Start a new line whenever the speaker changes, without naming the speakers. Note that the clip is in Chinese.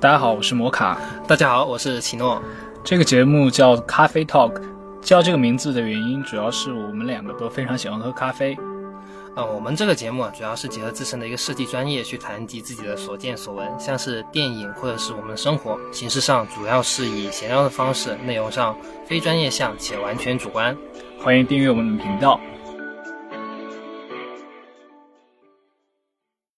大家好，我是摩卡。
大家好，我是奇诺。
这个节目叫咖啡 Talk，叫这个名字的原因主要是我们两个都非常喜欢喝咖啡。
呃，我们这个节目啊，主要是结合自身的一个设计专业去谈及自己的所见所闻，像是电影或者是我们的生活。形式上主要是以闲聊的方式，内容上非专业向且完全主观。
欢迎订阅我们的频道。